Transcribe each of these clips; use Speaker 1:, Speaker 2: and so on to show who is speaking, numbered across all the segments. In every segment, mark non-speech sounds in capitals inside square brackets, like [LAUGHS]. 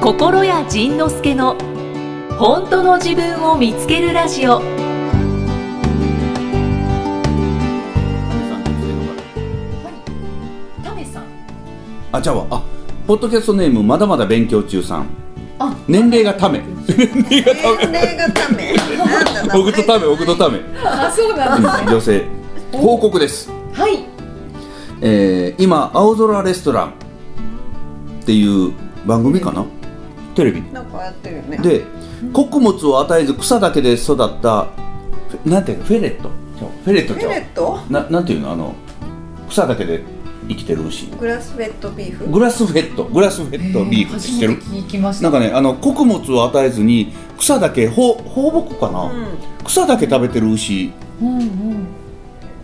Speaker 1: 心谷仁之助の本当の自分を見つけるラジオタメさん
Speaker 2: あちゃうわあポッドキャストネームまだまだ勉強中さん
Speaker 1: あ
Speaker 2: 年齢がため
Speaker 3: 年齢がためなんだな
Speaker 2: 僕とため僕とため
Speaker 1: あそうなんですね
Speaker 2: 女性報告です、
Speaker 1: はい
Speaker 2: えー、今青空レストランっていう番組かなテレビ
Speaker 3: なんかやってるよね
Speaker 2: で穀物を与えず草だけで育ったフェなんていうのフェレットちゃうフェレット
Speaker 3: フ
Speaker 2: ち
Speaker 3: ェ
Speaker 2: ゃ
Speaker 3: レット
Speaker 2: うななんていうのあの草だけで生きてる牛
Speaker 3: グラスフェットビーフ
Speaker 2: グラスフェットグラスフェットビーフって知ってる、
Speaker 1: 初めて聞きまし
Speaker 2: な
Speaker 1: た
Speaker 2: んかねあの穀物を与えずに草だけほ放牧かな、
Speaker 3: うん
Speaker 2: 草だけ食べてる牛
Speaker 1: うんうん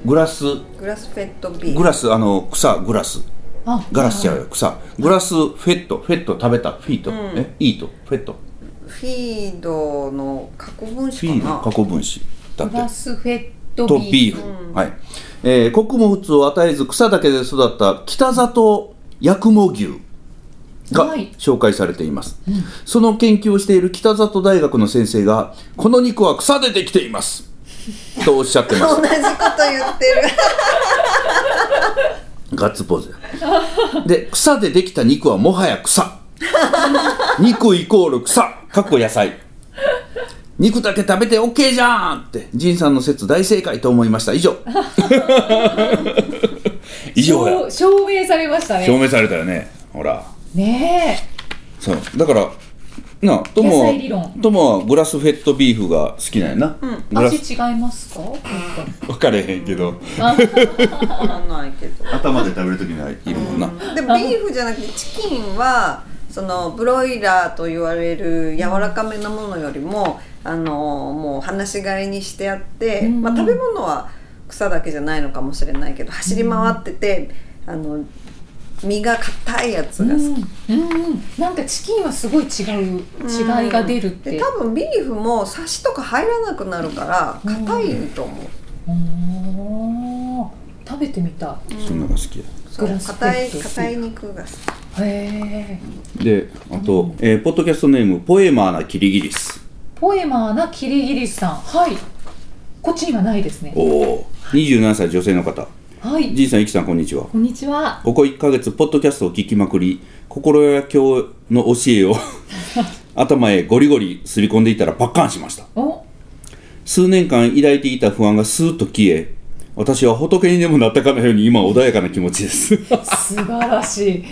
Speaker 2: グラス
Speaker 3: グラスフェットビー
Speaker 2: グ
Speaker 3: フ
Speaker 2: ラスあの草グラス
Speaker 1: あ
Speaker 2: ガラスちゃうよ草グラスフェットフェット食べたフィート、
Speaker 3: ん
Speaker 2: えイートフェット
Speaker 3: フィードの過去分
Speaker 2: フ
Speaker 3: 詞
Speaker 2: ィー
Speaker 3: か
Speaker 2: の
Speaker 3: な
Speaker 2: 過去分子だっ
Speaker 1: グラ
Speaker 2: て
Speaker 1: スフェット
Speaker 2: と
Speaker 1: ビー
Speaker 2: ビーフ、はい、えー穀物を与えず草だけで育った北里八雲牛が
Speaker 1: はい
Speaker 2: 紹介されています、その研究をしている北里大学の先生がこの肉は草でできていますとおっしゃってました
Speaker 3: 同じこと言ってる
Speaker 2: ガッツポーズやで草でできた肉はもはや草肉イコール草かっこ野菜肉だけ食べて OK じゃんって仁さんの説大正解と思いました
Speaker 1: [LAUGHS]
Speaker 2: 以上以上や
Speaker 1: 証証明されました
Speaker 2: 証
Speaker 1: ね
Speaker 2: 明されたよねほら
Speaker 1: ね
Speaker 2: そうだからなあと
Speaker 1: 野
Speaker 2: も
Speaker 1: 菜理論
Speaker 2: ともはグラスフェットビーフが好きなんやな、
Speaker 1: え
Speaker 2: グラ
Speaker 1: 味
Speaker 2: ス
Speaker 1: 違いますかやっぱり
Speaker 2: 分かれへんけど
Speaker 3: わかんないけど
Speaker 2: 頭で食べるときにはいるもんな、
Speaker 3: でもビーフじゃなくてチキンはそのブロイラーと言われる柔らかめのものよりも、あのもう放し飼いにしてあって、
Speaker 1: うん
Speaker 3: まあ、食べ物は草だけじゃないのかもしれないけど走り回ってて、あの身が硬いやつが好き。
Speaker 1: うん、うん、なんかチキンはすごい違う違いが出るって
Speaker 3: で多分ビーフもサシとか入らなくなるから硬いと思う、
Speaker 1: おー食べてみた
Speaker 2: そんなのが好きや
Speaker 3: そう
Speaker 1: グラスフェ
Speaker 3: 硬い
Speaker 1: ット
Speaker 3: 硬い肉が好き
Speaker 1: いへえ
Speaker 2: であと、えーポッドキャストネームポエマーなキリギリス
Speaker 1: ポエマーなキリギリスさんはいこっちにはないですね
Speaker 2: おお27歳女性の方
Speaker 1: はい
Speaker 2: じいさんゆきさんこんにちは
Speaker 1: こんにちは
Speaker 2: ここ1ヶ月ポッドキャストを聞きまくり心や教の教えを頭へゴリゴリすり込んでいたらパッカンしました
Speaker 1: お
Speaker 2: 数年間抱いていた不安がスーッと消え私は仏にでもなったかのように今穏やかな気持ちです
Speaker 1: 素晴らしい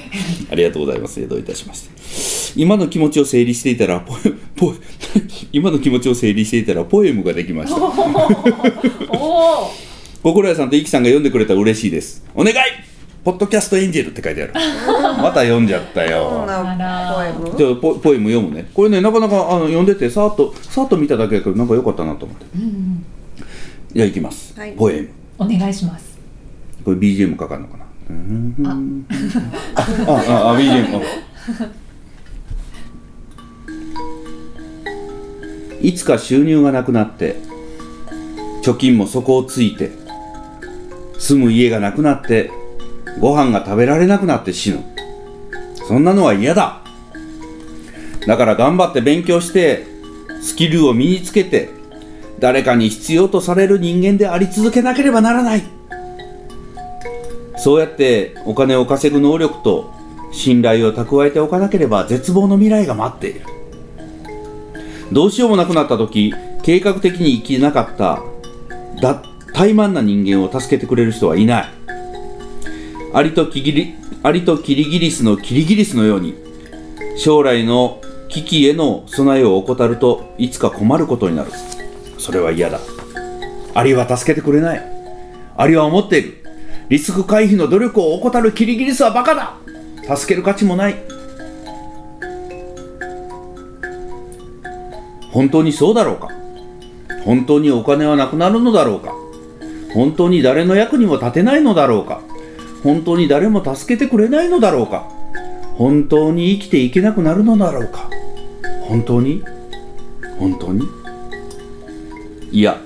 Speaker 2: ありがとうございますどういたしまして今の気持ちを整理していたらポエポエ今の気持ちを整理していたらポエムができました
Speaker 1: [LAUGHS] おお
Speaker 2: 心屋さんとイキさんが読んでくれたら嬉しいですお願いポッドキャストエンジェルって書い
Speaker 3: [LAUGHS]
Speaker 2: てあるまた読んじゃった
Speaker 3: こん
Speaker 2: よ
Speaker 3: なポエム
Speaker 2: じゃあポポエム読むねこれねなかなかあの読んでてさーっとさーっと見ただけだけどなんか良かったなと思ってじゃあいきます、
Speaker 3: はい
Speaker 2: ポエム
Speaker 1: お願いします
Speaker 2: これ BGM かかるのかなうーんあああ BGM あいつか収入がなくなって貯金も底をついて住む家がなくなってご飯が食べられなくなって死ぬそんなのは嫌だだから頑張って勉強してスキルを身につけて誰かに必要とされる人間であり続けなければならないそうやってお金を稼ぐ能力と信頼を蓄えておかなければ絶望の未来が待っているどうしようもなくなった時計画的に生きなかっただ怠慢な人間を助けてくれる人はいないアリとキギリアリとキリギリスのキリギリスのように将来の危機への備えを怠るといつか困ることになるそれは嫌だアリは助けてくれないアリは思っているリスク回避の努力を怠るキリギリスはバカだ助ける価値もない本当にそうだろうか本当にお金はなくなるのだろうか本当に誰の役にも立てないのだろうか本当に誰も助けてくれないのだろうか本当に生きていけなくなるのだろうか本当に本当にいや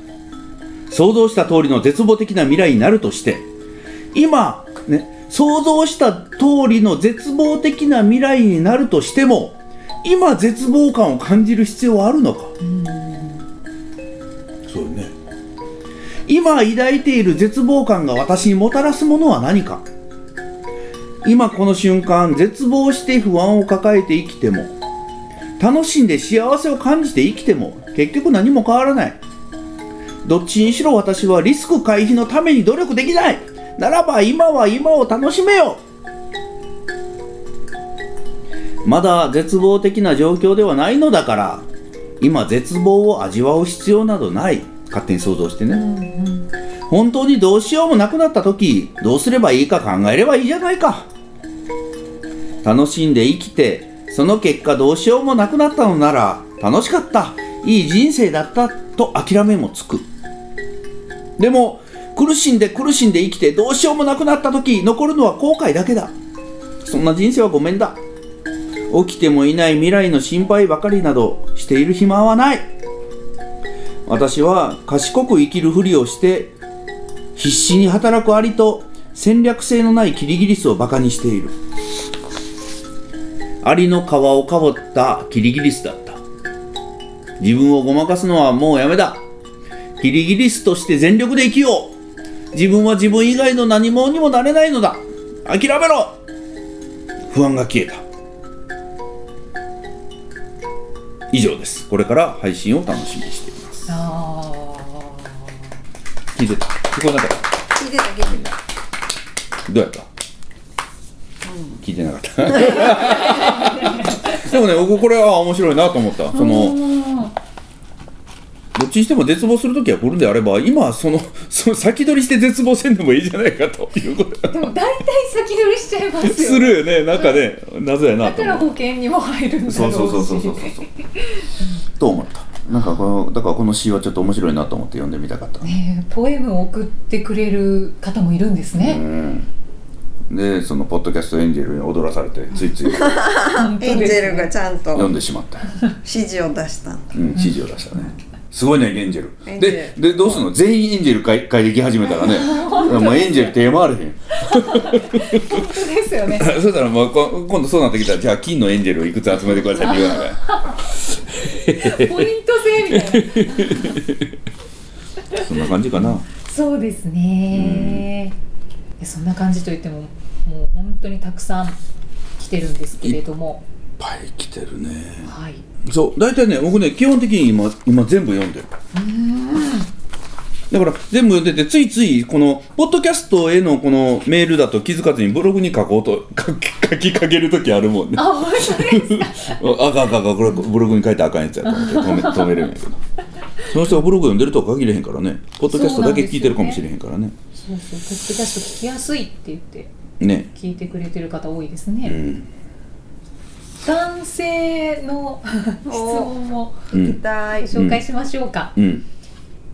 Speaker 2: 想像した通りの絶望的な未来になるとして今、ね、想像した通りの絶望的な未来になるとしても今絶望感を感じる必要はあるのかそうよね今抱いている絶望感が私にもたらすものは何か今この瞬間絶望して不安を抱えて生きても楽しんで幸せを感じて生きても結局何も変わらないどっちにしろ私はリスク回避のために努力できないならば今は今を楽しめよまだ絶望的な状況ではないのだから今絶望を味わう必要などない勝手に想像してね、本当にどうしようもなくなった時どうすればいいか考えればいいじゃないか楽しんで生きてその結果どうしようもなくなったのなら楽しかったいい人生だったと諦めもつくでも苦しんで苦しんで生きてどうしようもなくなった時残るのは後悔だけだそんな人生はごめんだ起きてもいない未来の心配ばかりなどしている暇はない私は賢く生きるふりをして必死に働くアリと戦略性のないキリギリスをバカにしているアリの皮をかぶったキリギリスだった自分をごまかすのはもうやめだキリギリスとして全力で生きよう自分は自分以外の何者にもなれないのだ諦めろ不安が消えた以上ですこれから配信を楽しみにしています聞いてた聞こえなかった
Speaker 3: 聞いてた聞いてた
Speaker 2: どうやった、聞いてなかったでもね僕これは面白いなと思ったそのどっちにしても絶望する時は来るんであれば今はそのその先取りして絶望せんでもいいじゃないかということ
Speaker 4: でも大体先取りしちゃいま
Speaker 2: [LAUGHS]
Speaker 4: す
Speaker 2: す
Speaker 4: よ
Speaker 2: るよねなんかねなぜやな
Speaker 4: だ
Speaker 2: と
Speaker 4: から
Speaker 2: 思
Speaker 4: 保
Speaker 2: う
Speaker 4: 険にも入るんだろうし
Speaker 2: そうそうそうそうそうそう [LAUGHS] そうと思ったなんかこのだからこの詩はちょっと面白いなと思って読んでみたかった
Speaker 4: ねえポエムを送ってくれる方もいるんですね、
Speaker 2: うんでそのポッドキャストエンジェルに踊らされ
Speaker 3: [LAUGHS]
Speaker 2: てついつい
Speaker 4: [LAUGHS] 本当です
Speaker 3: エン
Speaker 4: ね
Speaker 3: ジェルがちゃん
Speaker 2: 読
Speaker 3: と
Speaker 2: んでしまった
Speaker 3: 指示を出したんだ
Speaker 2: うん、指示を出したね。すごいね、エンジェル。
Speaker 3: エンジ
Speaker 2: で
Speaker 3: ェ、
Speaker 2: で、
Speaker 3: ル
Speaker 2: どうすんの、全員エンジェル会、会でき始めたら
Speaker 3: [LAUGHS]
Speaker 2: ね。もうエンジェル手回れへん。
Speaker 4: 本当ですよね
Speaker 2: [LAUGHS]
Speaker 3: [LAUGHS]
Speaker 2: そしたら、もう、こ今度そうなってきたら、じゃあ、金のエンジェルをいくつ集めてくださいって言わないか
Speaker 4: ポイント制みたいな
Speaker 2: ら。そんな感じかな。
Speaker 4: そうですね、でそんな感じといってももう本当にたくさん来てるんですけれども
Speaker 2: パイ来てるね。
Speaker 4: はい
Speaker 2: そう、大体ね、僕ね、基本的に今、今全部読んでる。だから全部読んでてついついこのポッドキャストへのこのメールだと気づかずにブログに書こうと [LAUGHS] 書き書きかける時あるもんね
Speaker 4: あ本
Speaker 3: [LAUGHS]
Speaker 4: 当ですか
Speaker 2: ああかんあかんあかんこれブログに書いてあかんやつやと思って止め止めれるんやけどその人がブログ読んでるとは限れへんからねポッドキャストだけ聞いてるかもしれへんからね
Speaker 4: そうそうポッドキャスト聞きやすいって言って
Speaker 2: ね
Speaker 4: 聞いてくれてる方多いです
Speaker 2: う
Speaker 4: ね、
Speaker 2: ん
Speaker 4: 男性の [LAUGHS] 質問も
Speaker 2: う
Speaker 3: 聞き
Speaker 2: ん
Speaker 3: た
Speaker 4: ご
Speaker 3: い
Speaker 4: 紹介しましょうか、
Speaker 2: うん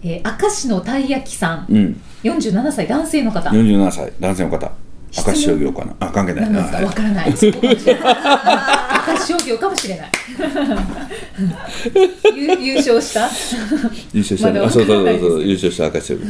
Speaker 4: えー、明石のたい焼きさん
Speaker 2: うん
Speaker 4: 47歳男性の方
Speaker 2: 47歳男性の方明石商業かなあ関係ない
Speaker 4: 何で
Speaker 2: な
Speaker 4: すか
Speaker 2: はい
Speaker 4: わからない。そうかもしれない明石商業かもしれない。 [LAUGHS] 優優勝した、
Speaker 2: 優勝し
Speaker 4: まだ
Speaker 2: たあ
Speaker 4: わか
Speaker 2: そ
Speaker 4: ら
Speaker 2: うそう
Speaker 4: な
Speaker 2: そ
Speaker 4: いうです
Speaker 2: そう優勝した明石商業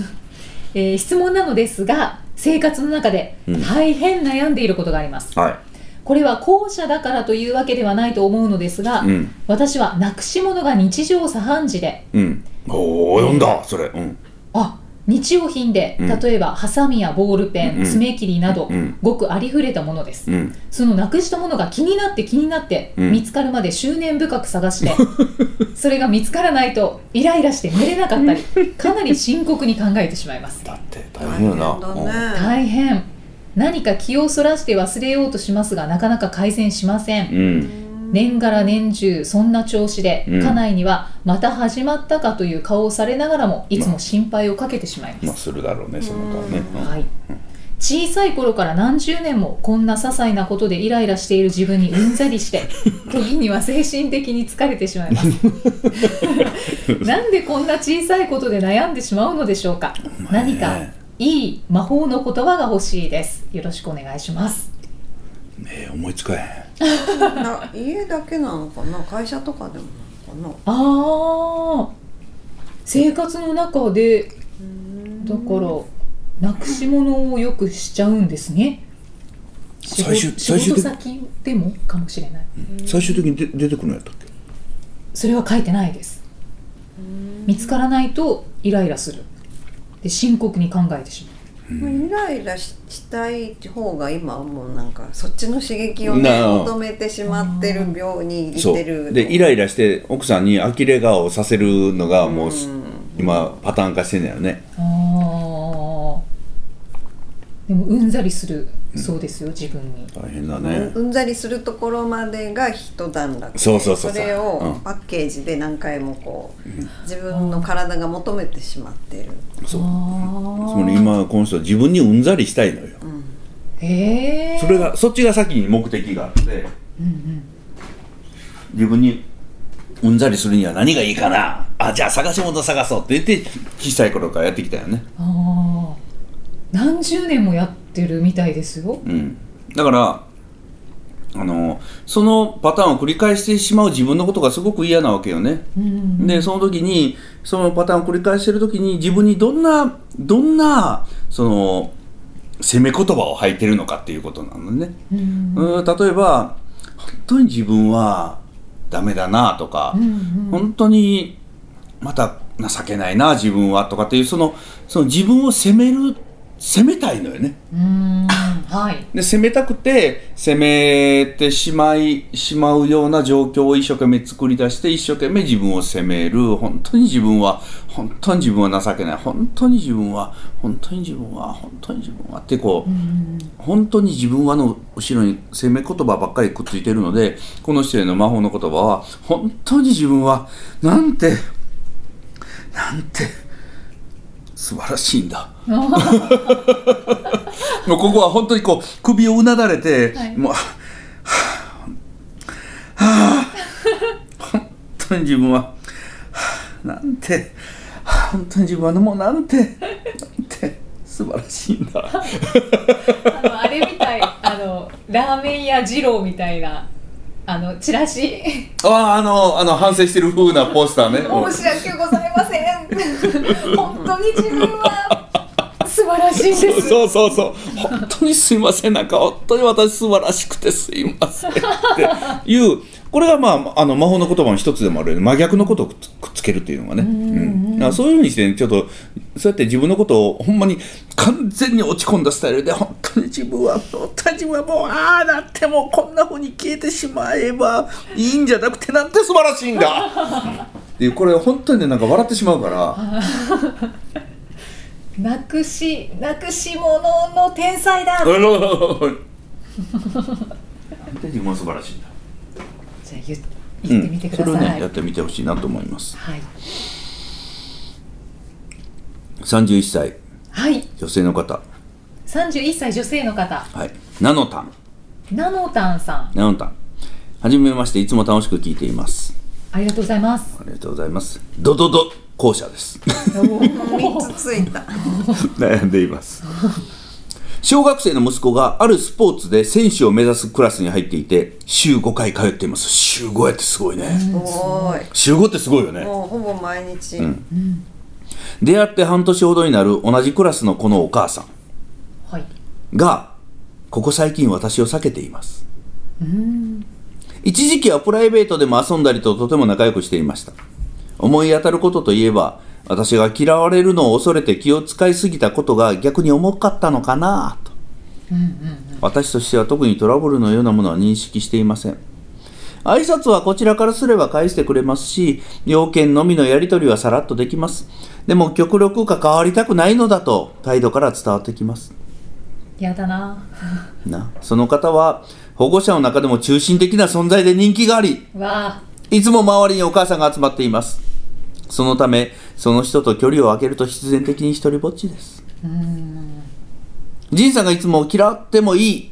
Speaker 4: えー質問なのですが、生活の中で
Speaker 2: うん
Speaker 4: 大変悩んでいることがあります。
Speaker 2: は
Speaker 4: これは後者だからというわけではないと思うのですが、
Speaker 2: いうん
Speaker 4: 私はなくし物が日常茶飯事で、
Speaker 2: うんおお読んだそれうん
Speaker 4: あ日用品で、
Speaker 2: うん
Speaker 4: 例えばハサミやボールペン、
Speaker 2: うん
Speaker 4: 爪切りなど、
Speaker 2: うん
Speaker 4: ごくありふれたものです。
Speaker 2: うん
Speaker 4: そのなくしたものが気になって気になって、
Speaker 2: うん
Speaker 4: 見つかるまで執念深く探して
Speaker 2: [LAUGHS]
Speaker 4: それが見つからないとイライラして寝れなかったりかなり深刻に考えてしまいます
Speaker 2: だって大変よな
Speaker 3: 大変だね
Speaker 4: 大変何か気をそらして忘れようとしますがなかなか改善しませ
Speaker 2: う
Speaker 4: ん
Speaker 2: ん
Speaker 4: 年がら年中そんな調子で、
Speaker 2: うん
Speaker 4: 家内にはまた始まったかという顔をされながらもいつも心配をかけてしまいます、
Speaker 2: まあするだろうねその顔ねうん
Speaker 4: はい、小さい頃から何十年もこんな些細なことでイライラしている自分にうんざりして
Speaker 2: [LAUGHS]
Speaker 4: 時には精神的に疲れてしまいます
Speaker 2: [LAUGHS]
Speaker 4: なんでこんな小さいことで悩んでしまうのでしょうか、
Speaker 2: まいね
Speaker 4: 何かいい魔法の言葉が欲しいですよろしくお願いします
Speaker 2: えー思いつかへん
Speaker 3: な家だけなのかな会社とかでもなのか
Speaker 4: あー生活の中でだからなくし物をよくしちゃうんですね仕
Speaker 2: 最終
Speaker 4: 事仕
Speaker 2: 最終
Speaker 4: 事
Speaker 2: 的
Speaker 4: 先でもかもしれない
Speaker 2: 最終的にで出てくるのやったっけ
Speaker 4: それは書いてないです見つからないとイライラするで深刻に考えてしま
Speaker 3: イライラししたい方が今はもうなんかそっちの刺激を、ね、
Speaker 2: なあ
Speaker 3: 求めてしまってる病にい
Speaker 2: そ
Speaker 3: てる
Speaker 2: うでイライラして奥さんに呆れ顔をさせるのがもうす
Speaker 3: うん
Speaker 2: 今パターン化してんだよね
Speaker 4: うあーでもうんざりするそうですよ、自分に
Speaker 2: 大変だね
Speaker 3: うんうんざりするところまでが一段落
Speaker 2: そうそうそうそう
Speaker 3: それ
Speaker 2: う
Speaker 3: を
Speaker 2: ん
Speaker 3: パッケージで何回もこう、自分の体が求めてしまってる、
Speaker 2: そうつ
Speaker 4: あ
Speaker 2: まり今この人は自分にうんざりしたいのよ
Speaker 4: あへえ
Speaker 2: それがそっちが先に目的があって自分にうんざりするには何がいいかなあじゃあ探し物探そうって言って小さい頃からやってきたよね
Speaker 4: ああ何十年もやってるみたいですよ
Speaker 2: うんだからあのそのパターンを繰り返してしまう自分のことがすごく嫌なわけよね
Speaker 4: うん
Speaker 2: でその時にそのパターンを繰り返してる時に自分にどんなどんなその攻め言葉を吐いてるのかっていうことなのね、
Speaker 4: うん
Speaker 2: うん、例えば本当に自分はダメだなとか、
Speaker 4: うんうん
Speaker 2: 本当にまた情けないな自分はとかっていうそのその自分を責める責めたいのよね
Speaker 4: うんはい
Speaker 2: で攻めたくて攻めてしまいしまうような状況を一生懸命作り出して一生懸命自分を責める本当に自分は本当に自分は情けない本当に自分は本当に自分は本当に自分はってこう、本当に自分はの後ろに責め言葉ばっかりくっついてるのでこの人への魔法の言葉は本当に自分はなんてなんて素晴らしいん
Speaker 4: [LAUGHS]
Speaker 2: だ。もうここは本当にこう首をうなだれて、
Speaker 4: はい
Speaker 2: もうはあはあ本当に自分ははあなんてはあ本当に自分はもうなんてなんて素晴らしいんだ
Speaker 4: あのあれみたいあのラーメン屋二郎みたいなあのチラシ
Speaker 2: あああのあの反省してる風なポスターね
Speaker 4: 申し訳ございません本当に自分は素晴らしいです
Speaker 2: そうそうそうそう本当にすいませんなんか本当に私素晴らしくてすいませんっていうこれがまああの魔法の言葉の一つでもあるよね真逆のことをくっつくっつけるっていうのがねうんだからそういうふうにしてちょっとそうやって自分のことをほんまに完全に落ち込んだスタイルで本当に自分は本当に自分はもうああだってもうこんなふうに消えてしまえばいいんじゃなくてなんて素晴らしいん [LAUGHS] だっていうこれ本当にねなんか笑ってしまうから。
Speaker 4: なくしなくし者の天才
Speaker 2: [LAUGHS]
Speaker 4: だじゃ
Speaker 2: あのなんて自分は素晴らしいんだ。
Speaker 4: あ言言ってみてくだ
Speaker 2: うん、それを
Speaker 4: さ
Speaker 2: ね
Speaker 4: い、
Speaker 2: やってみてほしいなと思います。
Speaker 4: はい
Speaker 2: 31歳
Speaker 4: はい
Speaker 2: 女性の方、
Speaker 4: 31歳女性の方
Speaker 2: はい、ナノタン、
Speaker 4: ナノタンさん
Speaker 2: ナノタン。はじめましていつも楽しく聞いています。
Speaker 4: ありがとうございます
Speaker 2: ありがとうございます。ドドド校舎です。 [LAUGHS]
Speaker 3: 3つついた
Speaker 2: 悩んでいます。小学生の息子があるスポーツで選手を目指すクラスに入っていて週5回通っています週5やってすごいね、
Speaker 3: すごい
Speaker 2: 週5ってすごいよね
Speaker 3: もうほぼ毎日、
Speaker 2: 出会って半年ほどになる同じクラスのこのお母さん
Speaker 4: はい
Speaker 2: がここ最近私を避けています一時期はプライベートでも遊んだりととても仲良くしていました思い当たることといえば私が嫌われるのを恐れて気を使いすぎたことが逆に重かったのかなと、私としては特にトラブルのようなものは認識していません挨拶はこちらからすれば返してくれますし要件のみのやり取りはさらっとできますでも極力関わりたくないのだと態度から伝わってきます
Speaker 4: やだな
Speaker 2: なその方は保護者の中でも中心的な存在で人気があり
Speaker 4: わあ
Speaker 2: いつも周りにお母さんが集まっていますそのためその人と距離を空けると必然的に一人ぼっちです仁さんがいつも嫌ってもいい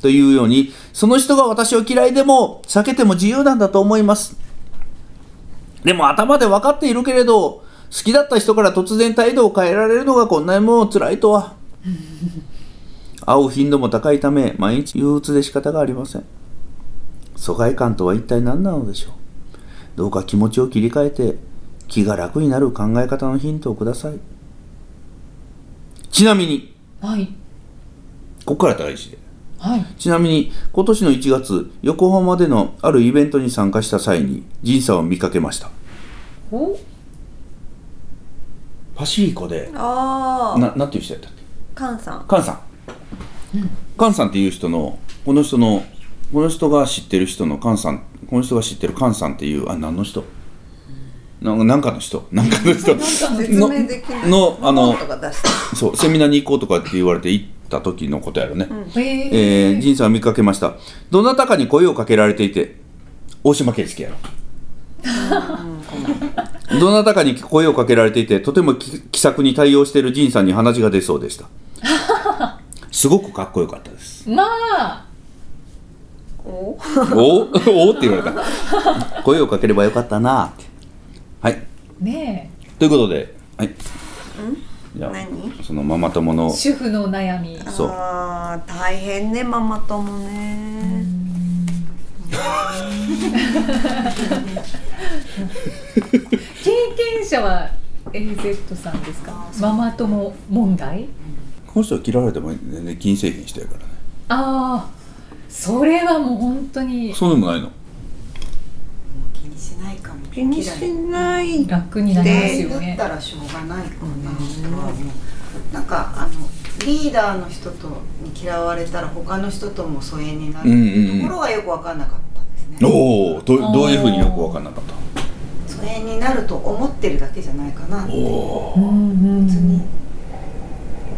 Speaker 2: というようにその人が私を嫌いでも避けても自由なんだと思いますでも頭で分かっているけれど好きだった人から突然態度を変えられるのがこんなにも辛いとは会う頻度も高いため毎日憂鬱で仕方がありません疎外感とは一体何なのでしょうどうか気持ちを切り替えて気が楽になる考え方のヒントをくださいちなみに
Speaker 4: はい
Speaker 2: ここから大事で
Speaker 4: はい
Speaker 2: ちなみに今年の1月横浜でのあるイベントに参加した際に仁さんを見かけました
Speaker 4: お
Speaker 2: パシフィコで
Speaker 3: ああ
Speaker 2: ななんていう人やったっけ
Speaker 3: カンさん
Speaker 2: カンさん、カンさんっていう人のこの人のこの人が知ってる人のカンさんこの人が知ってるカンさんっていうあ何の人なんかなんかの人なんかの人
Speaker 3: 説明できない
Speaker 2: ののあの
Speaker 3: とか出して
Speaker 2: そうセミナーに行こうとかって言われて行った時のことやろね、
Speaker 4: へ
Speaker 2: えー、
Speaker 4: え
Speaker 2: 仁さんを見かけましたどなたかに声をかけられていて大島圭介やろどなたかに声をかけられていてとても気気さくに対応している仁さんに鼻血が出そうでしたすごくかっこよかった
Speaker 4: [LAUGHS]
Speaker 2: です
Speaker 4: まあ
Speaker 3: お
Speaker 2: おおって言われた声をかければよかったなってはい
Speaker 4: ね
Speaker 2: ということではいじゃあ
Speaker 3: 何
Speaker 2: そのママ友の
Speaker 4: え主婦のお悩み
Speaker 2: そう
Speaker 3: あー大変ねママ友ね
Speaker 4: 経験者は AZ さんですかママ友問題
Speaker 2: この人は嫌われても全然金製品してやからね
Speaker 4: ああそれはもう本当に
Speaker 2: そうでもないの
Speaker 5: もう気にしないかも
Speaker 3: 気にしない
Speaker 4: 楽になりますよ
Speaker 5: 嫌い
Speaker 4: ね
Speaker 5: だったらしょうがないかなとは思うなんかあのリーダーの人とに嫌われたら他の人とも疎遠になる
Speaker 2: うんうんうん
Speaker 5: ところがよく分かんなかったですね、
Speaker 2: おおどどういうふうによく分かんなかった
Speaker 5: 疎遠になると思ってるだけじゃないかなって
Speaker 2: お
Speaker 4: うんうん
Speaker 5: 別に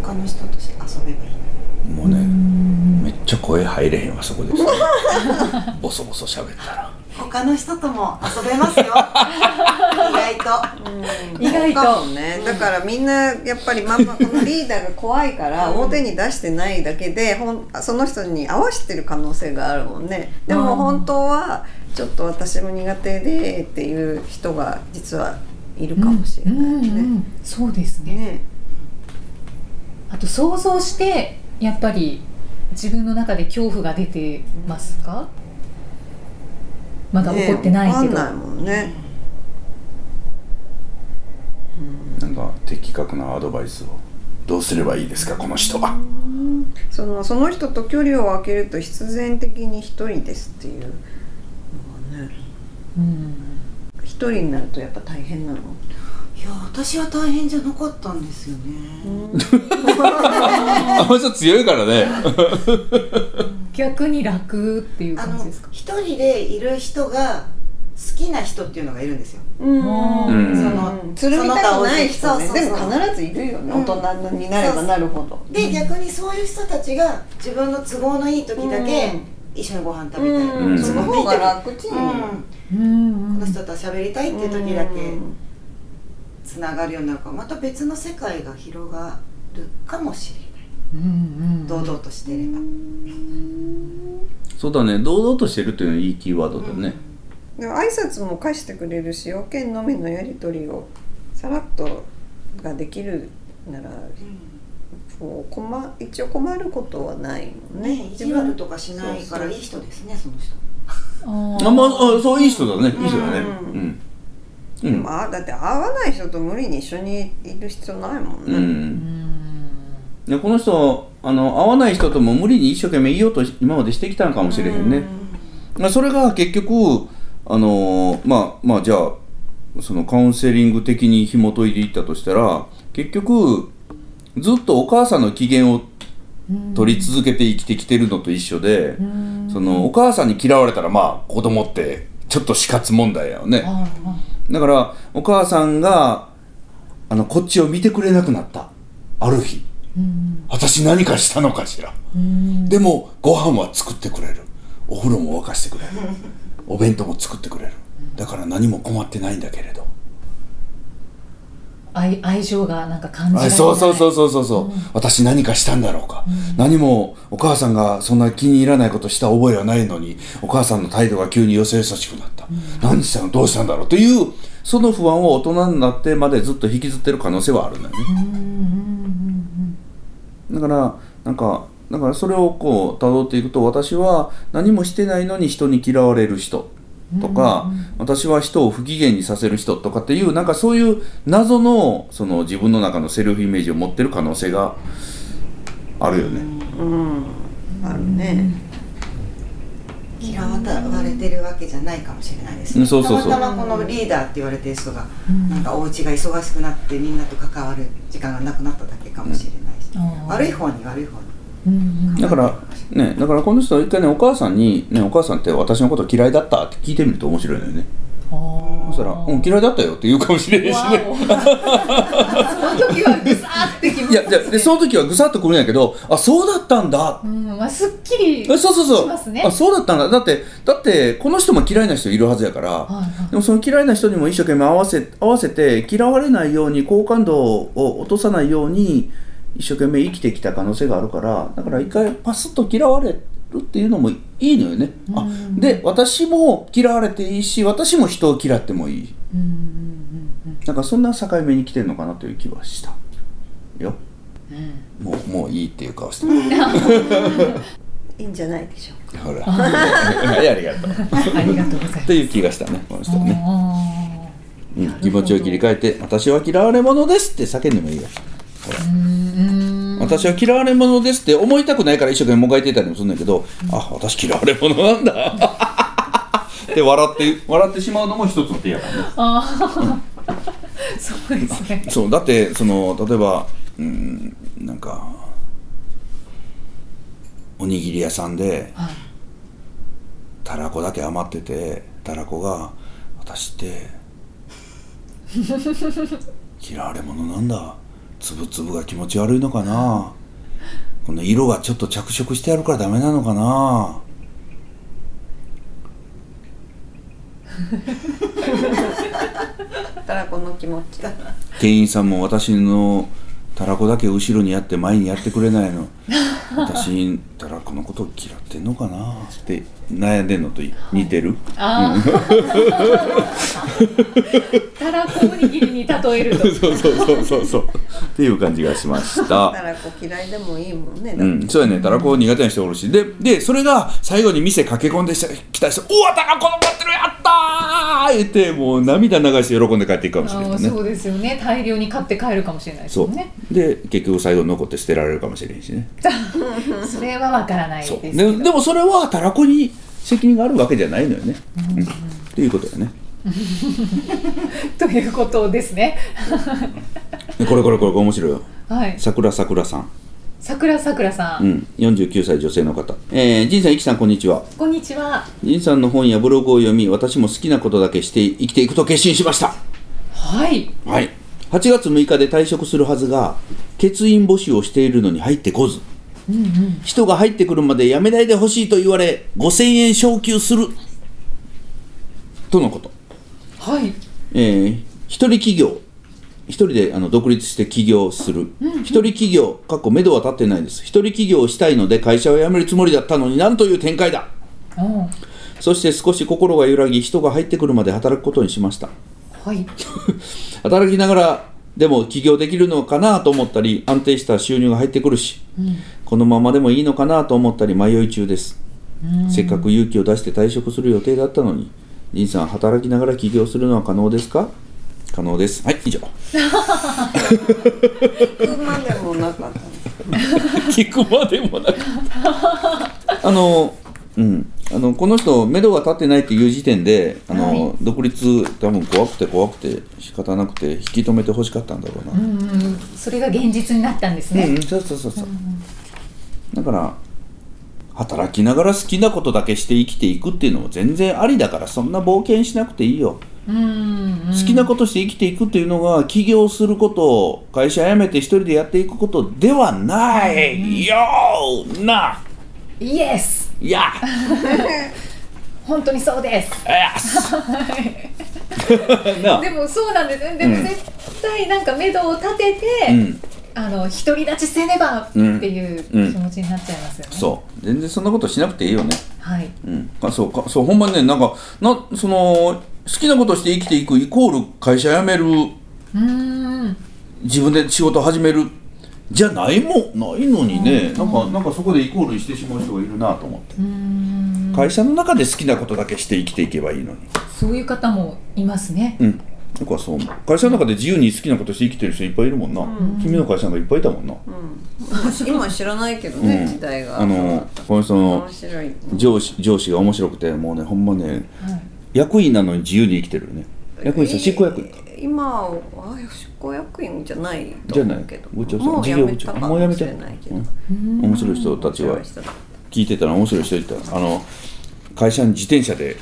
Speaker 5: 他の人として遊べばいい
Speaker 2: もうねめっちゃ声入れへんわそ [LAUGHS] こでボソボソ喋ったら
Speaker 5: 他の人とも遊
Speaker 2: [LAUGHS]
Speaker 5: べますよ意外と
Speaker 4: 意外と
Speaker 3: そうかもねだからみんなやっぱ
Speaker 4: [LAUGHS]
Speaker 3: りママこのリーダーが怖いから表に出してないだけでほんその人に合わせてる可能性があるもんねで
Speaker 4: う
Speaker 3: も
Speaker 4: ん
Speaker 3: 本当はちょっと私も苦手でっていう人が実はいるかもしれないね、
Speaker 4: うんうんうんそうですね
Speaker 3: ね
Speaker 4: あと想像してやっぱり自分の中で恐怖が出てますか、まだ怒ってないけ
Speaker 3: ね
Speaker 4: ど、
Speaker 3: わかんないもんね
Speaker 2: なんか的確なアドバイスをどうすればいいですかこの人は
Speaker 3: そのその人と距離を空けると必然的に一人ですっていうのがね
Speaker 4: うん、
Speaker 3: 一人になるとやっぱ大変なの
Speaker 5: いや私は大変じゃなかったんですよね
Speaker 2: あの人強いからね
Speaker 4: 逆に楽っていう
Speaker 5: あ
Speaker 4: 感じ
Speaker 5: の
Speaker 4: ですか
Speaker 5: 一人でいる人が好きな人っていうのがいるんですよ
Speaker 3: うん
Speaker 2: うん
Speaker 5: そ
Speaker 3: うん
Speaker 5: の
Speaker 3: つるみたくない人ね
Speaker 5: その他をそうそう
Speaker 3: でも必ずいるよね、
Speaker 5: うん
Speaker 3: 大人になればなるほど
Speaker 5: で逆にそういう人たちが自分の都合のいい時だけ
Speaker 3: うん
Speaker 5: 一緒にご飯食べたい、
Speaker 3: うん、
Speaker 2: うん
Speaker 3: その方が楽ちん、
Speaker 5: うん
Speaker 4: うん
Speaker 5: こ
Speaker 4: う
Speaker 5: の
Speaker 4: ん
Speaker 5: 人と喋りたいっていう時だけつながるようになるからまた別の世界が広がるかもしれない
Speaker 4: うん
Speaker 5: 堂々としてれば、
Speaker 2: そうだね堂々としてるっていうのはいいキーワードだよね、
Speaker 3: でも挨拶も返してくれるし要件のみのやり取りをさらっとができるならこう困一応困ることはないもんね
Speaker 5: ね意地悪とかしないからいい人ですねその人
Speaker 4: あ
Speaker 2: あ
Speaker 4: ー
Speaker 2: まああそういい人だねいい人だね
Speaker 3: う
Speaker 2: うんう
Speaker 3: で
Speaker 2: ん
Speaker 3: もあだって会わない人と無理に一緒にいる必要ないもん
Speaker 2: う
Speaker 3: ね、
Speaker 4: うんん
Speaker 2: でこの人あの合わない人とも無理に一生懸命言いようとし今までしてきたのかもしれへんね、まあ、それが結局あのーまあまあじゃあそのカウンセリング的に紐解いていったとしたら結局ずっとお母さんの機嫌を取り続けて生きてきてるのと一緒で、
Speaker 4: うん
Speaker 2: そのお母さんに嫌われたらまあ子供ってちょっと死活問題やよね
Speaker 4: あー
Speaker 2: だからお母さんがあのこっちを見てくれなくなったある日
Speaker 4: うん
Speaker 2: 私何かしたのかしら
Speaker 4: うん
Speaker 2: でもご飯は作ってくれるお風呂も沸かしてくれるお弁当も作ってくれるだから何も困ってないんだけれど
Speaker 4: 愛愛情がなんか感じられ
Speaker 2: あ
Speaker 4: ない
Speaker 2: そうそうそうそうそうそう、私何かしたんだろうか、何もお母さんがそんな気に入らないことした覚えはないのにお母さんの態度が急によそよそしくなった、何したのどうしたんだろうというその不安を大人になってまでずっと引きずってる可能性はあるんだよね、
Speaker 4: うんうんうん
Speaker 2: だからなんかだからそれをこう辿っていくと私は何もしてないのに人に嫌われる人とか、私は人を不機嫌にさせる人とかっていうなんかそういう謎のその自分の中のセルフイメージを持ってる可能性があるよね。
Speaker 3: うん
Speaker 4: うん
Speaker 3: あるね。
Speaker 5: 嫌われてるわけじゃないかもしれないです
Speaker 2: う
Speaker 5: ね
Speaker 2: んそうそうそう
Speaker 5: たまたまこのリーダーって言われてる人が、
Speaker 4: うん
Speaker 5: なんかお家が忙しくなってみんなと関わる時間がなくなっただけかもしれないし、
Speaker 4: うん
Speaker 5: 悪い方に悪い方に
Speaker 4: うんうん
Speaker 2: だから、ね、だからこの人は一回ね、お母さんに、ね、お母さんって私のこと嫌いだったって聞いてみると面白いのよね。
Speaker 4: あ
Speaker 2: そしたら、うん、嫌いだったよって言うかもしれないしね。
Speaker 4: ーわおその時はぐさーってきま
Speaker 2: い
Speaker 4: す
Speaker 2: や、じゃあで、その時はぐさっとくるんやけど、あ、そうだったんだ。
Speaker 4: うんまあすっきり
Speaker 2: えそうそうそ
Speaker 4: し
Speaker 2: う
Speaker 4: ますね
Speaker 2: あそうだったんだだってだってこの人も嫌いな人いるはずやから、
Speaker 4: はいはい
Speaker 2: でもその嫌いな人にも一生懸命合わせ合わせて嫌われないように好感度を落とさないように一生懸命生きてきた可能性があるからだから一回パスッと嫌われるっていうのもいいのよね、あ
Speaker 4: うん
Speaker 2: で私も嫌われていいし私も人を嫌ってもいい
Speaker 4: うんうんうん
Speaker 2: なんかそんな境目に来てるのかなという気はしたよ
Speaker 5: うん
Speaker 2: もうもういいっていう顔して
Speaker 4: [LAUGHS]
Speaker 3: いいんじゃないでしょうか。
Speaker 2: ほらはいありがとう
Speaker 4: うんありがとうございま
Speaker 2: という気がしたねこの
Speaker 4: す
Speaker 2: 人はね
Speaker 4: あ
Speaker 2: うん、気持ちを切り替えて「私は嫌われ者です」って叫んでもいいよ、
Speaker 4: ーうんうん
Speaker 2: 私は嫌われ者ですって思いたくないから一生懸命もがいてたりもするんだけど、あ私嫌われ者なんだって笑って笑ってしまうのも一つの手やからね
Speaker 4: ああ [LAUGHS] そうですね
Speaker 2: そうだってその例えばうんなんかおにぎり屋さんで
Speaker 4: はい
Speaker 2: たらこだけ余っててたらこが「私って [LAUGHS] 嫌われ者なんだ粒々が気持ち悪いのかなこの色がちょっと着色してあるからダメなのかな」
Speaker 3: たらこの気持ちだ。
Speaker 2: 店員さんも私のたらこだけ後ろにやって前にやってくれないの私たらこのこと嫌ってんのかなって悩んでんのと似てる、
Speaker 4: あー [LAUGHS] たらこおにぎりに例えると
Speaker 2: そう [LAUGHS] そうそうそうそうっていう感じがしましたた
Speaker 3: らこ嫌いでもいいもんね。だって
Speaker 2: うん、そうやね、たらこ苦手な人おるし、で、で、それが最後に店駆け込んできた人、うわ、たらこ残ってる、やったー言って、もう涙流して喜んで帰っていくかもしれないね。
Speaker 4: あー
Speaker 2: そ
Speaker 4: そうですよね大量に買って帰るかもしれないですよ
Speaker 2: う
Speaker 4: ね
Speaker 2: で、結局最後残って捨てられるかもしれんしね。
Speaker 4: それはわからないで
Speaker 2: そう
Speaker 4: すけ
Speaker 2: で
Speaker 4: ど
Speaker 2: でもそれはたらこに責任があるわけじゃないのよね。うんっていうことだね。
Speaker 4: [LAUGHS] ということですね [LAUGHS]
Speaker 2: でこれこれこれこれ面白いよ。
Speaker 4: はい
Speaker 2: さくらさくらさん。
Speaker 4: さくらさくらさん、
Speaker 2: うん。49歳女性の方。えー、仁さん、いきさん、こんにちは。
Speaker 4: こんにちは
Speaker 2: 仁さんの本やブログを読み、私も好きなことだけして生きていくと決心しました。
Speaker 4: はい
Speaker 2: はい、8月6日で退職するはずが欠員募集をしているのに入ってこず、人が入ってくるまで辞めないでほしいと言われ5000円昇給するとのこと、
Speaker 4: はい
Speaker 2: えー一人企業一人であの独立して起業する、一人企業かっこ目処は立ってないです一人企業をしたいので会社を辞めるつもりだったのになんという展開だ
Speaker 4: うん
Speaker 2: そして少し心が揺らぎ人が入ってくるまで働くことにしました
Speaker 4: はい
Speaker 2: 働きながらでも起業できるのかなと思ったり安定した収入が入ってくるし、このままでもいいのかなと思ったり迷い中です、せっかく勇気を出して退職する予定だったのに仁さん働きながら起業するのは可能ですか可能ですはい以上
Speaker 3: 聞くまでもなかったね。
Speaker 2: [LAUGHS] 聞くまでもなかった [LAUGHS] あのうんあのこの人目処が立ってないっていう時点であの、
Speaker 4: はい
Speaker 2: 独立多分怖くて怖くて仕方なくて引き止めてほしかったんだろうな、
Speaker 4: うんうんそれが現実になったんです
Speaker 2: うん
Speaker 4: ね、
Speaker 2: うん、そうそうそうそう、だから働きながら好きなことだけして生きていくっていうのも全然ありだからそんな冒険しなくていいよ、
Speaker 4: うんうん
Speaker 2: 好きなことして生きていくっていうのが起業すること会社辞めて一人でやっていくことではないよーな
Speaker 4: イエス
Speaker 2: いや
Speaker 4: 本当にそうです [LAUGHS]
Speaker 2: な
Speaker 4: でもそうなんですねでも
Speaker 2: うん
Speaker 4: 絶対なんか目処を立てて、
Speaker 2: うん
Speaker 4: あの独り立ちせねばっていう
Speaker 2: うん
Speaker 4: 気持ちになっちゃいますよね、
Speaker 2: そう全然そんなことしなくていいよね
Speaker 4: はい
Speaker 2: うん、あそうかそうほんまにねなんかなその好きなことして生きていくイコール会社辞める
Speaker 4: うーん
Speaker 2: 自分で仕事始めるじゃないもんないのにね、なんかなんかそこでイコールしてしまう人がいるなと思って、
Speaker 4: うーん
Speaker 2: 会社の中で好きなことだけして生きていけばいいのに
Speaker 4: そういう方もいますね、
Speaker 2: うん僕はそう思う会社の中で自由に好きなことして生きてる人いっぱいいるもんな、
Speaker 3: うん
Speaker 2: 君の会社なんかいっぱいいたもんな、
Speaker 3: うん、今は知らないけど
Speaker 2: う
Speaker 3: ね、
Speaker 2: ん
Speaker 3: 時代が
Speaker 2: あのこの人の
Speaker 3: 面白い
Speaker 2: 上司上司が面白くてもうねほんまね
Speaker 4: はい
Speaker 2: 役員なのに自由に生きてるよね役員さん執行役員か
Speaker 3: 今は執行役員じゃない
Speaker 2: じ
Speaker 3: と
Speaker 2: ゃない
Speaker 3: 思うけど
Speaker 2: 部長さん
Speaker 3: もう辞めたか
Speaker 2: もうや
Speaker 3: も
Speaker 2: め
Speaker 3: してれないけど、
Speaker 2: うん面白い人たちは
Speaker 3: 面白い人だ
Speaker 2: 聞いてたら面白い人いたあの会社に自転車で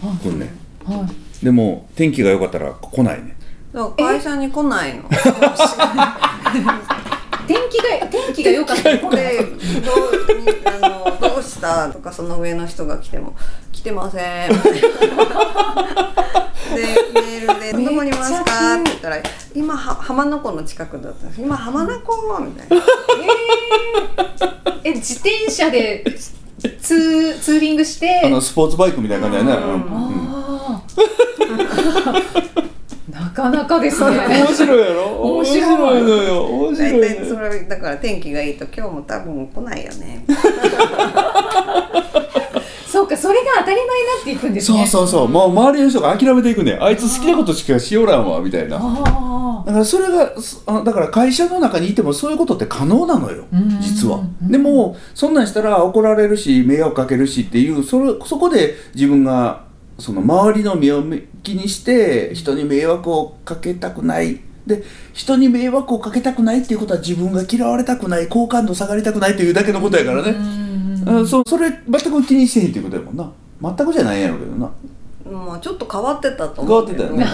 Speaker 2: 来んね
Speaker 4: はい
Speaker 2: でも天気が良かったら来ないね
Speaker 3: だから会社に来ないの
Speaker 4: 天気が天気が良かったこれ
Speaker 2: [LAUGHS]
Speaker 3: でどうあのどうしたとかその上の人が来ても「来てま
Speaker 2: [LAUGHS]
Speaker 3: せん」でメールで「どこにいますか?」って言ったら「今は浜名湖の近くだったんです今浜名湖」みたいな
Speaker 4: え自転車でツーツーリングして
Speaker 2: あのスポーツバイクみたいな感じだよね、うんうん
Speaker 4: あーなかなかですね
Speaker 2: 面白いやろ
Speaker 4: 面白い
Speaker 2: 面のよ面
Speaker 3: 大
Speaker 2: 白い
Speaker 3: 体
Speaker 2: の
Speaker 3: そ
Speaker 2: よ
Speaker 3: れだから天気がいいと今日も多分来ないよね
Speaker 4: そうかそれが当たり前になっていくんです
Speaker 2: そ
Speaker 4: ね
Speaker 2: うそうそうもう周りの人が諦めていくねあいつ好きなことしかしよらんわみたいな
Speaker 4: あ
Speaker 2: だからそれがすあだから会社の中にいてもそういうことって可能なのよ
Speaker 4: うん
Speaker 2: 実は
Speaker 4: うん
Speaker 2: でもそんなんしたら怒られるし迷惑かけるしっていうそれそこで自分がその周りの目を気にして人に迷惑をかけたくないで人に迷惑をかけたくないっていうことは自分が嫌われたくない好感度下がりたくないというだけのことやから
Speaker 4: あ
Speaker 2: ね、うん、そうそれ全く気にしてへんっていうことやもんな全くじゃないんやろうけどな
Speaker 3: まあちょっと変わってたと
Speaker 2: 変わ
Speaker 3: 思う
Speaker 2: って
Speaker 3: け
Speaker 2: た
Speaker 3: ど
Speaker 2: よね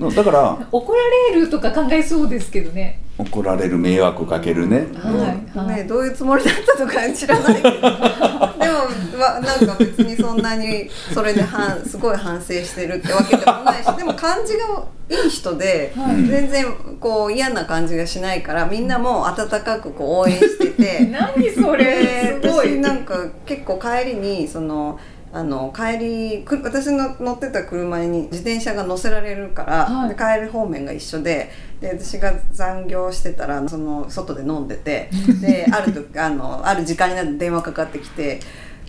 Speaker 2: うんだから
Speaker 4: 怒られるとか考えそうですけどね
Speaker 2: 怒られる迷惑をかけるね、
Speaker 4: はいはい
Speaker 3: ね、どういうつもりだったのか知らないけ
Speaker 4: [LAUGHS]
Speaker 3: どでもわなんか別にそんなにそれで反すごい反省してるってわけでもない
Speaker 4: [LAUGHS]
Speaker 3: しでも感じがいい人で、
Speaker 4: はい
Speaker 3: 全然こう嫌な感じがしないからみんなも温かくこう応援してて
Speaker 4: 何それ
Speaker 3: です
Speaker 4: ごい
Speaker 3: 私なんか結構帰りにその。あの帰りく私の乗ってた車に自転車が乗せられるから、
Speaker 4: はい
Speaker 3: で帰る方面が一緒でで私が残業してたらその外で飲んでてである時あのある時間になって電話かかってきて。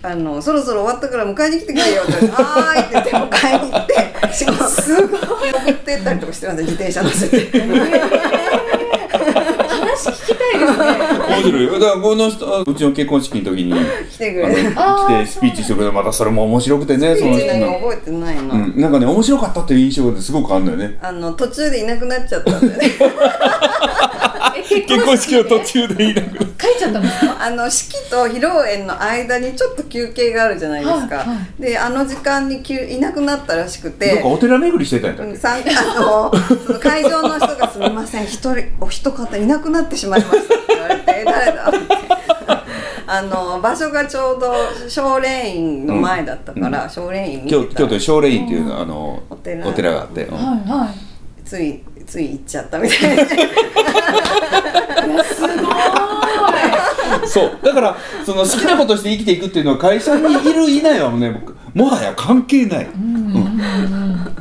Speaker 3: あのそろそろ終わったから迎えに来てくれよって言われて「はーい」って言って迎えに行って仕事すごい送ってったりとかしてたんで自転車乗せて
Speaker 4: 話聞きたいですね
Speaker 2: 面白いよだからこの人うちの結婚式の時にあ
Speaker 3: 来てくれて
Speaker 2: の
Speaker 4: あー
Speaker 2: 来てスピーチしてくれたまたそれも面白くてねその
Speaker 3: 全
Speaker 2: 人
Speaker 3: 然
Speaker 2: の、
Speaker 3: 覚えてないの、
Speaker 2: うん、なんかね面白かったっていう印象がすごくあるのよね
Speaker 3: あの途中でいなくなっちゃったんだよね
Speaker 4: え結
Speaker 2: 結婚式の途
Speaker 4: 書
Speaker 2: 中でいなくなる
Speaker 4: いちゃったんですか
Speaker 3: あの式と披露宴の間にちょっと休憩があるじゃないですか、
Speaker 4: はいは
Speaker 3: であの時間にきゅいなくなったらしくて
Speaker 2: なんかお寺巡りしてたんやったっけ、
Speaker 3: さん [LAUGHS] あのその会場の人が「すみません一人お一方いなくなってしまいました」って言われて [LAUGHS] 「誰だ?」ってあの場所がちょうど少林院の前だったから、少林院見て
Speaker 2: 京
Speaker 3: た
Speaker 2: 京都に少蓮院っていうあの
Speaker 3: お寺
Speaker 2: お寺があって、うん
Speaker 4: はいはい
Speaker 3: ついつい行っちゃったみたいな
Speaker 2: そうだからその好きなことして生きていくっていうのは会社にいるいないはもうね僕もはや関係ない、
Speaker 4: 本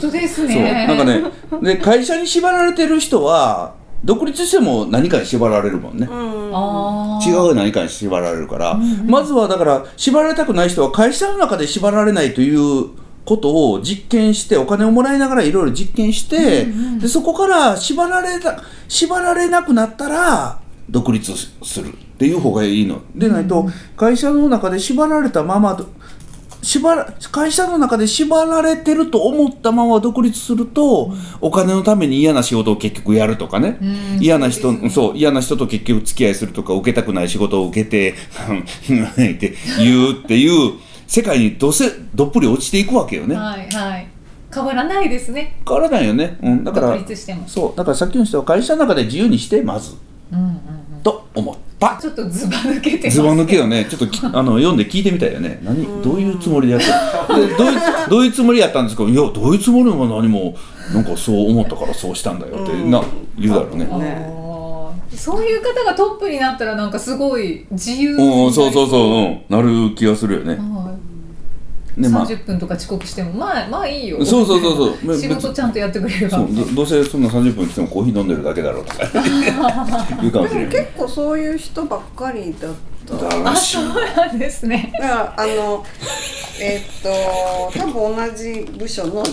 Speaker 4: 当です
Speaker 2: そう
Speaker 4: ね
Speaker 2: なんかねで会社に縛られてる人は独立しても何かに縛られるもんね、
Speaker 4: あー
Speaker 2: 違う何かに縛られるから、まずはだから縛られたくない人は会社の中で縛られないということを実験してお金をもらいながらいろいろ実験して、でそこから縛られた縛られなくなったら独立するっていう方がいいの。でないと会社の中で縛られたままと縛ら会社の中で縛られてると思ったまま独立すると、お金のために嫌な仕事を結局やるとかね、
Speaker 4: うん
Speaker 2: 嫌な人
Speaker 4: そうですね
Speaker 2: そう嫌な人と結局付き合いするとか受けたくない仕事を受けてって言うっていう世界にどせどっぷり落ちていくわけよね。
Speaker 4: はいはい変わらないですね
Speaker 2: 変わらないよね。うん、だから
Speaker 4: 独立しても
Speaker 2: そうだからさっきの人は会社の中で自由にしてまず
Speaker 4: うんうんうん
Speaker 2: と思った
Speaker 4: ち。ょっとズバ抜けてます
Speaker 2: ズバ抜けよね。ちょっと
Speaker 4: [LAUGHS]
Speaker 2: きあの読んで聞いてみたいよね。何どういうつもりでやってるでどういうどういうつもりやったんですか。いやどういうつもりも何もなんかそう思ったからそうしたんだよって
Speaker 3: うん
Speaker 2: な言うだろうね。
Speaker 4: あーそういう方がトップになったらなんかすごい自由になり
Speaker 2: うん、そうそうそう、うん、なる気がするよね。
Speaker 4: はい
Speaker 2: ね、まあ、
Speaker 4: 30分とか遅刻してもまあまあいいよ
Speaker 2: そうそうそうそう
Speaker 4: 仕事ちゃんとやってくれれば
Speaker 2: そうどどうせそんな30分来てもコーヒー飲んでるだけだろうと
Speaker 4: [LAUGHS]
Speaker 2: か言うかもし
Speaker 3: で
Speaker 2: れ
Speaker 3: も
Speaker 2: ない
Speaker 3: 結構そういう人ばっかりだった
Speaker 2: だら
Speaker 4: あ
Speaker 2: しい
Speaker 4: そうなんですね
Speaker 3: だからあのえーっと多分同じ部署の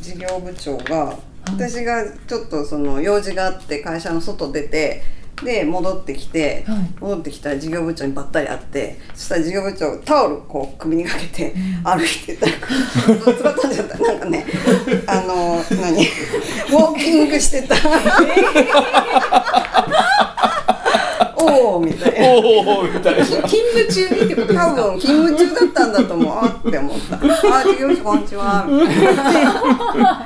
Speaker 3: 事業部長が私がちょっとその用事があって会社の外出てで戻ってきて、
Speaker 4: はい
Speaker 3: 戻ってきたら事業部長にばったり会ってそしたら事業部長タオルこう首にかけて歩いてたらこう飛んじゃったなんかねあの何ウォーキングしてたおおみたいな
Speaker 2: おおみたい
Speaker 4: [LAUGHS]
Speaker 2: な
Speaker 4: 勤務中にってことです
Speaker 3: 多
Speaker 4: か
Speaker 3: 分勤務中だったんだと思うあって思ったあ事業部長こんにちはみたいな。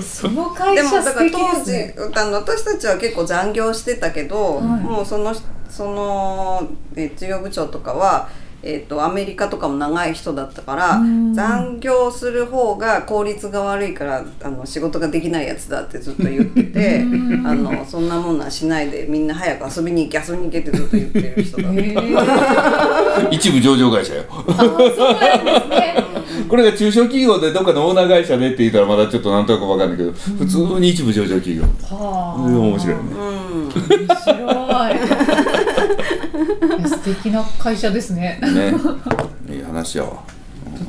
Speaker 4: その会
Speaker 3: でも
Speaker 4: 社
Speaker 3: だ
Speaker 4: 素
Speaker 3: から
Speaker 4: 敵
Speaker 3: 当
Speaker 4: です
Speaker 3: 時、
Speaker 4: ね
Speaker 3: あの私たちは結構残業してたけど、
Speaker 4: はい
Speaker 3: もうそのそのえー事業部長とかは。えー、とアメリカとかも長い人だったから
Speaker 4: うん
Speaker 3: 残業する方が効率が悪いからあの仕事ができないやつだってずっと言ってて
Speaker 4: うん
Speaker 3: あのそんなものはしないでみんな早く遊びに行け遊びに行けってずっと言ってる人だっ
Speaker 4: [LAUGHS]
Speaker 3: た。
Speaker 4: へー
Speaker 2: 一部上場会社よ
Speaker 4: そうなんですね
Speaker 2: これが中小企業でどっかのオーナー会社でって言ったらまだちょっとなんとなくわかんないけど普通に一部上場企業
Speaker 4: はあ
Speaker 2: それが面白いよね
Speaker 3: うん
Speaker 4: 面白いいや素敵な会社ですね
Speaker 2: ね、
Speaker 4: [LAUGHS]
Speaker 2: いい話やわ、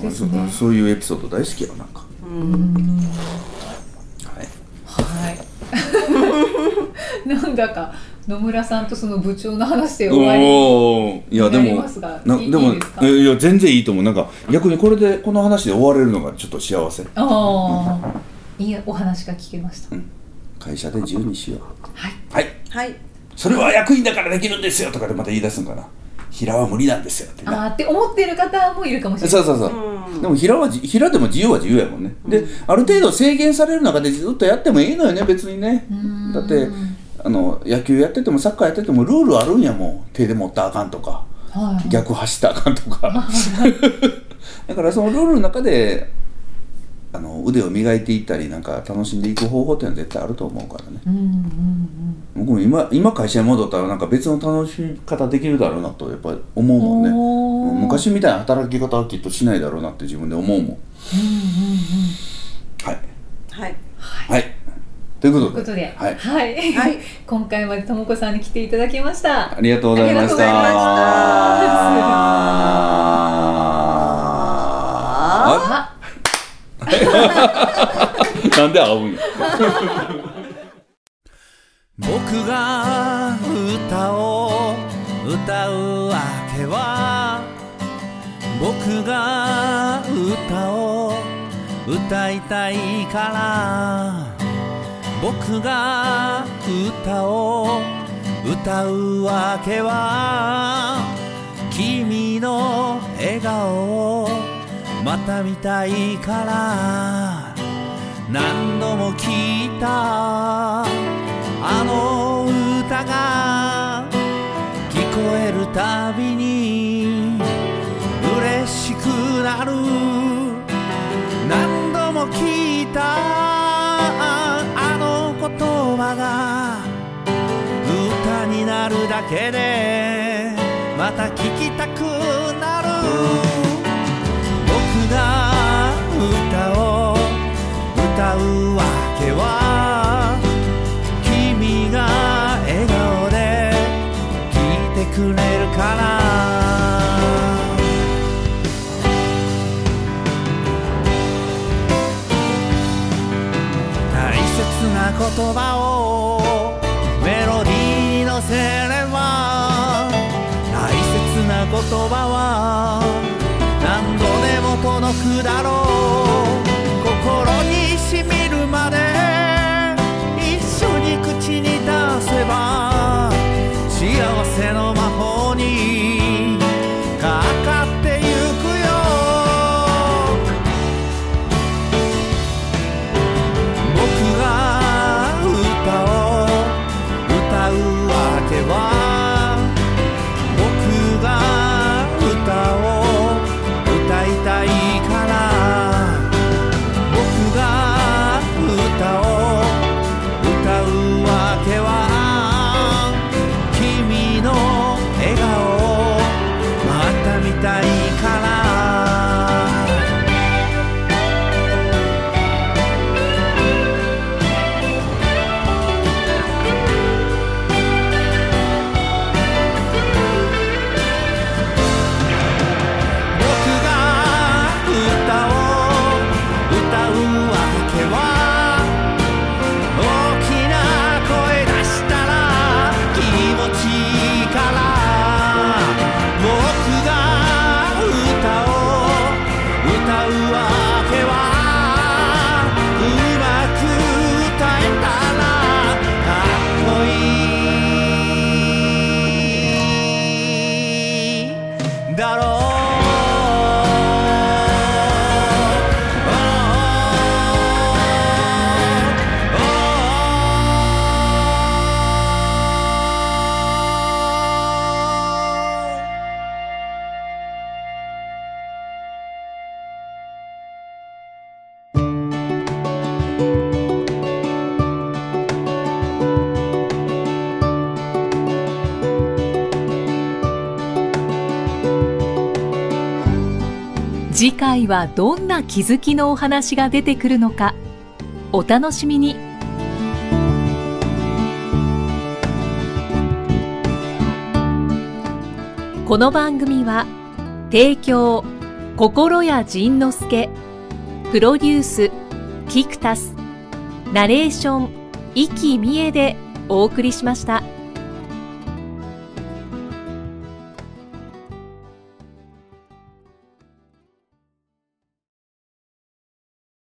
Speaker 4: 当ですね
Speaker 2: そそういうエピソード大好きやわなんか、はい、
Speaker 4: はい。 [LAUGHS] なんだか野村さんとその部長の話で終わり。
Speaker 2: おーいやで
Speaker 4: なり
Speaker 2: も
Speaker 4: ますが
Speaker 2: ない
Speaker 4: い
Speaker 2: でも
Speaker 4: いいですか
Speaker 2: えいや全然いいと思うなんか逆にこれでこの話で終われるのがちょっと幸せ
Speaker 4: ああ、いいお話が聞けました。
Speaker 2: 会社で自由にしよう
Speaker 4: はい。
Speaker 2: はい
Speaker 3: はい
Speaker 2: それは役員だからできるんですよとかでまた言い出すんかな平は無理なんですよって
Speaker 4: あ
Speaker 2: な
Speaker 4: あって思ってる方もいるかもしれ
Speaker 2: [LAUGHS]
Speaker 4: な
Speaker 2: そ
Speaker 4: い。
Speaker 2: うそうそう、
Speaker 3: うん
Speaker 2: でも平はじ平でも自由は自由やもんね、である程度制限される中でずっとやってもいいのよね別にね
Speaker 4: ん
Speaker 2: だってあの野球やっててもサッカーやっててもルールあるんやもん手で持ったらあかんとか
Speaker 4: はい。
Speaker 2: 逆走ったらあかんとかだからそのルールの中であの腕を磨いていったりなんか楽しんでいく方法っていうのは絶対あると思うからね
Speaker 4: うんうんうん。
Speaker 2: 僕も今今会社に戻ったらなんか別の楽しみ方できるだろうなとやっぱり思うもんね
Speaker 4: おー
Speaker 2: うん昔みたいな働き方はきっとしないだろうなって自分で思うもんはい
Speaker 3: はい
Speaker 2: はいということ
Speaker 4: と
Speaker 2: で
Speaker 4: いうこと
Speaker 2: は
Speaker 4: で、
Speaker 2: い、
Speaker 4: はい。
Speaker 3: はい
Speaker 4: [LAUGHS] 今回までともこさんに来ていただきました。
Speaker 2: ありがとうございました
Speaker 4: ありがとうござい
Speaker 2: あ
Speaker 4: あ
Speaker 2: なんで会うんや
Speaker 6: 僕が歌を歌うわけは僕が歌を歌いたいから僕が歌を歌うわけは君の笑顔をまた見たいから何度も聞いたあの歌が聞こえるたびに嬉しくなる何度も聞いたあの言葉が歌になるだけでまた聞きたくなる僕が歌を歌うわけは君が笑顔で聞いてくれるから大切な言葉をメロディーに乗せれば大切な言葉は何度でも届くだろう心にしみるまで一緒に口に出せば幸せの魔法にかかってゆくよ僕が歌を歌うわけは僕が歌を歌いたいから僕が歌を歌うわけは君の笑顔をまた見たいから僕が歌を歌うわだろうああ oh, ああ
Speaker 1: 次回はどんな気づきのお話が出てくるのかお楽しみにこの番組は提供心谷仁之助プロデュースキクタスナレーション生きみえでお送りしました。